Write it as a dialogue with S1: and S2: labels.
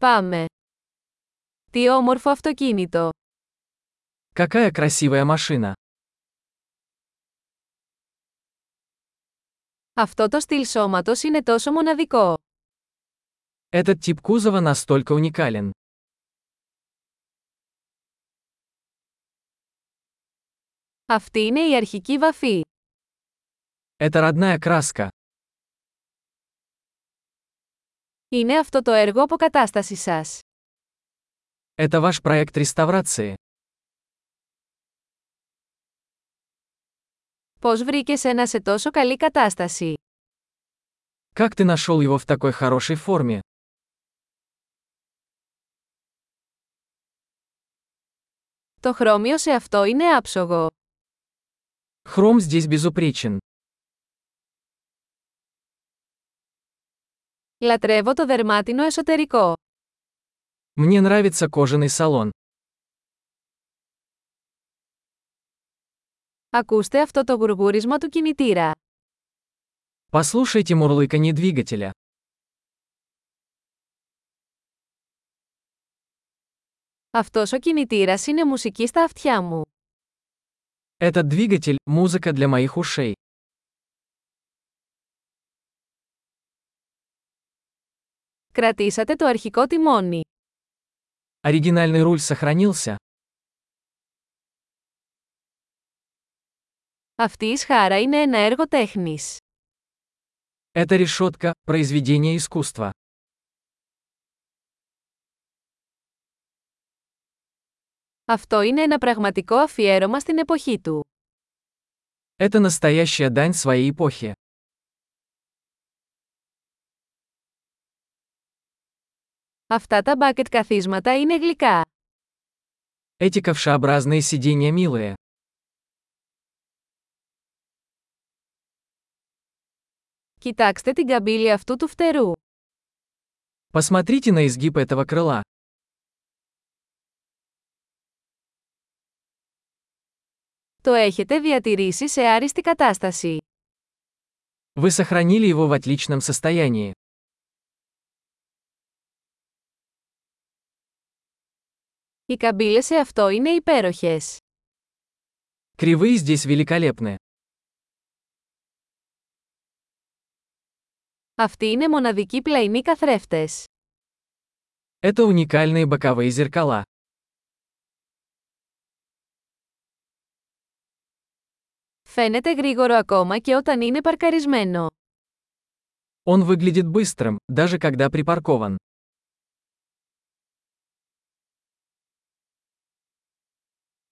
S1: Πάμε. Τι όμορφο αυτοκίνητο.
S2: Какая красивая машина.
S1: Αυτό το στυλ σώματος είναι τόσο μοναδικό.
S2: Этот тип кузова настолько уникален.
S1: Αυτή είναι η αρχική βαφή.
S2: Это родная краска.
S1: Είναι αυτό το έργο αποκατάστασης σας.
S2: Это ваш проект реставрации.
S1: Πώς βρήκες ένα σε τόσο καλή κατάσταση.
S2: Как ты нашел его в такой хорошей форме?
S1: Το χρώμιο σε αυτό είναι άψογο.
S2: Хром здесь безупречен.
S1: Λατρεύω το δερμάτινο εσωτερικό.
S2: Мне нравится кожаный салон.
S1: Ακούστε αυτό το γουργούρισμα του κινητήρα.
S2: Послушайте мурлыканье двигателя.
S1: Αυτός ο κινητήρας είναι μουσική στα αυτιά μου.
S2: Этот двигатель – музыка для моих ушей.
S1: Κρατήσατε το αρχικό τιμόνι.
S2: Оригинальный руль сохранился.
S1: Αυτή η σχάρα είναι ένα έργο τέχνης.
S2: Это решетка – произведение искусства.
S1: Αυτό είναι ένα πραγματικό αφιέρωμα στην εποχή του.
S2: Это настоящая дань своей эпохи.
S1: Αυτά τα μπάκετ καθίσματα είναι γλυκά.
S2: Эти ковшеобразные сиденья милые.
S1: Κοιτάξτε την καμπύλη αυτού του φτερού.
S2: Посмотрите на изгиб этого крыла.
S1: Το έχετε διατηρήσει σε άριστη κατάσταση.
S2: Вы сохранили его в отличном состоянии.
S1: Οι καμπύλες σε αυτό είναι υπέροχες.
S2: Кривые здесь великолепны.
S1: Αυτοί είναι μοναδικοί πλαϊνοί καθρέφτες.
S2: Это уникальные боковые зеркала.
S1: Φαίνεται γρήγορο ακόμα και όταν είναι παρκαρισμένο.
S2: Он выглядит быстрым, даже когда припаркован.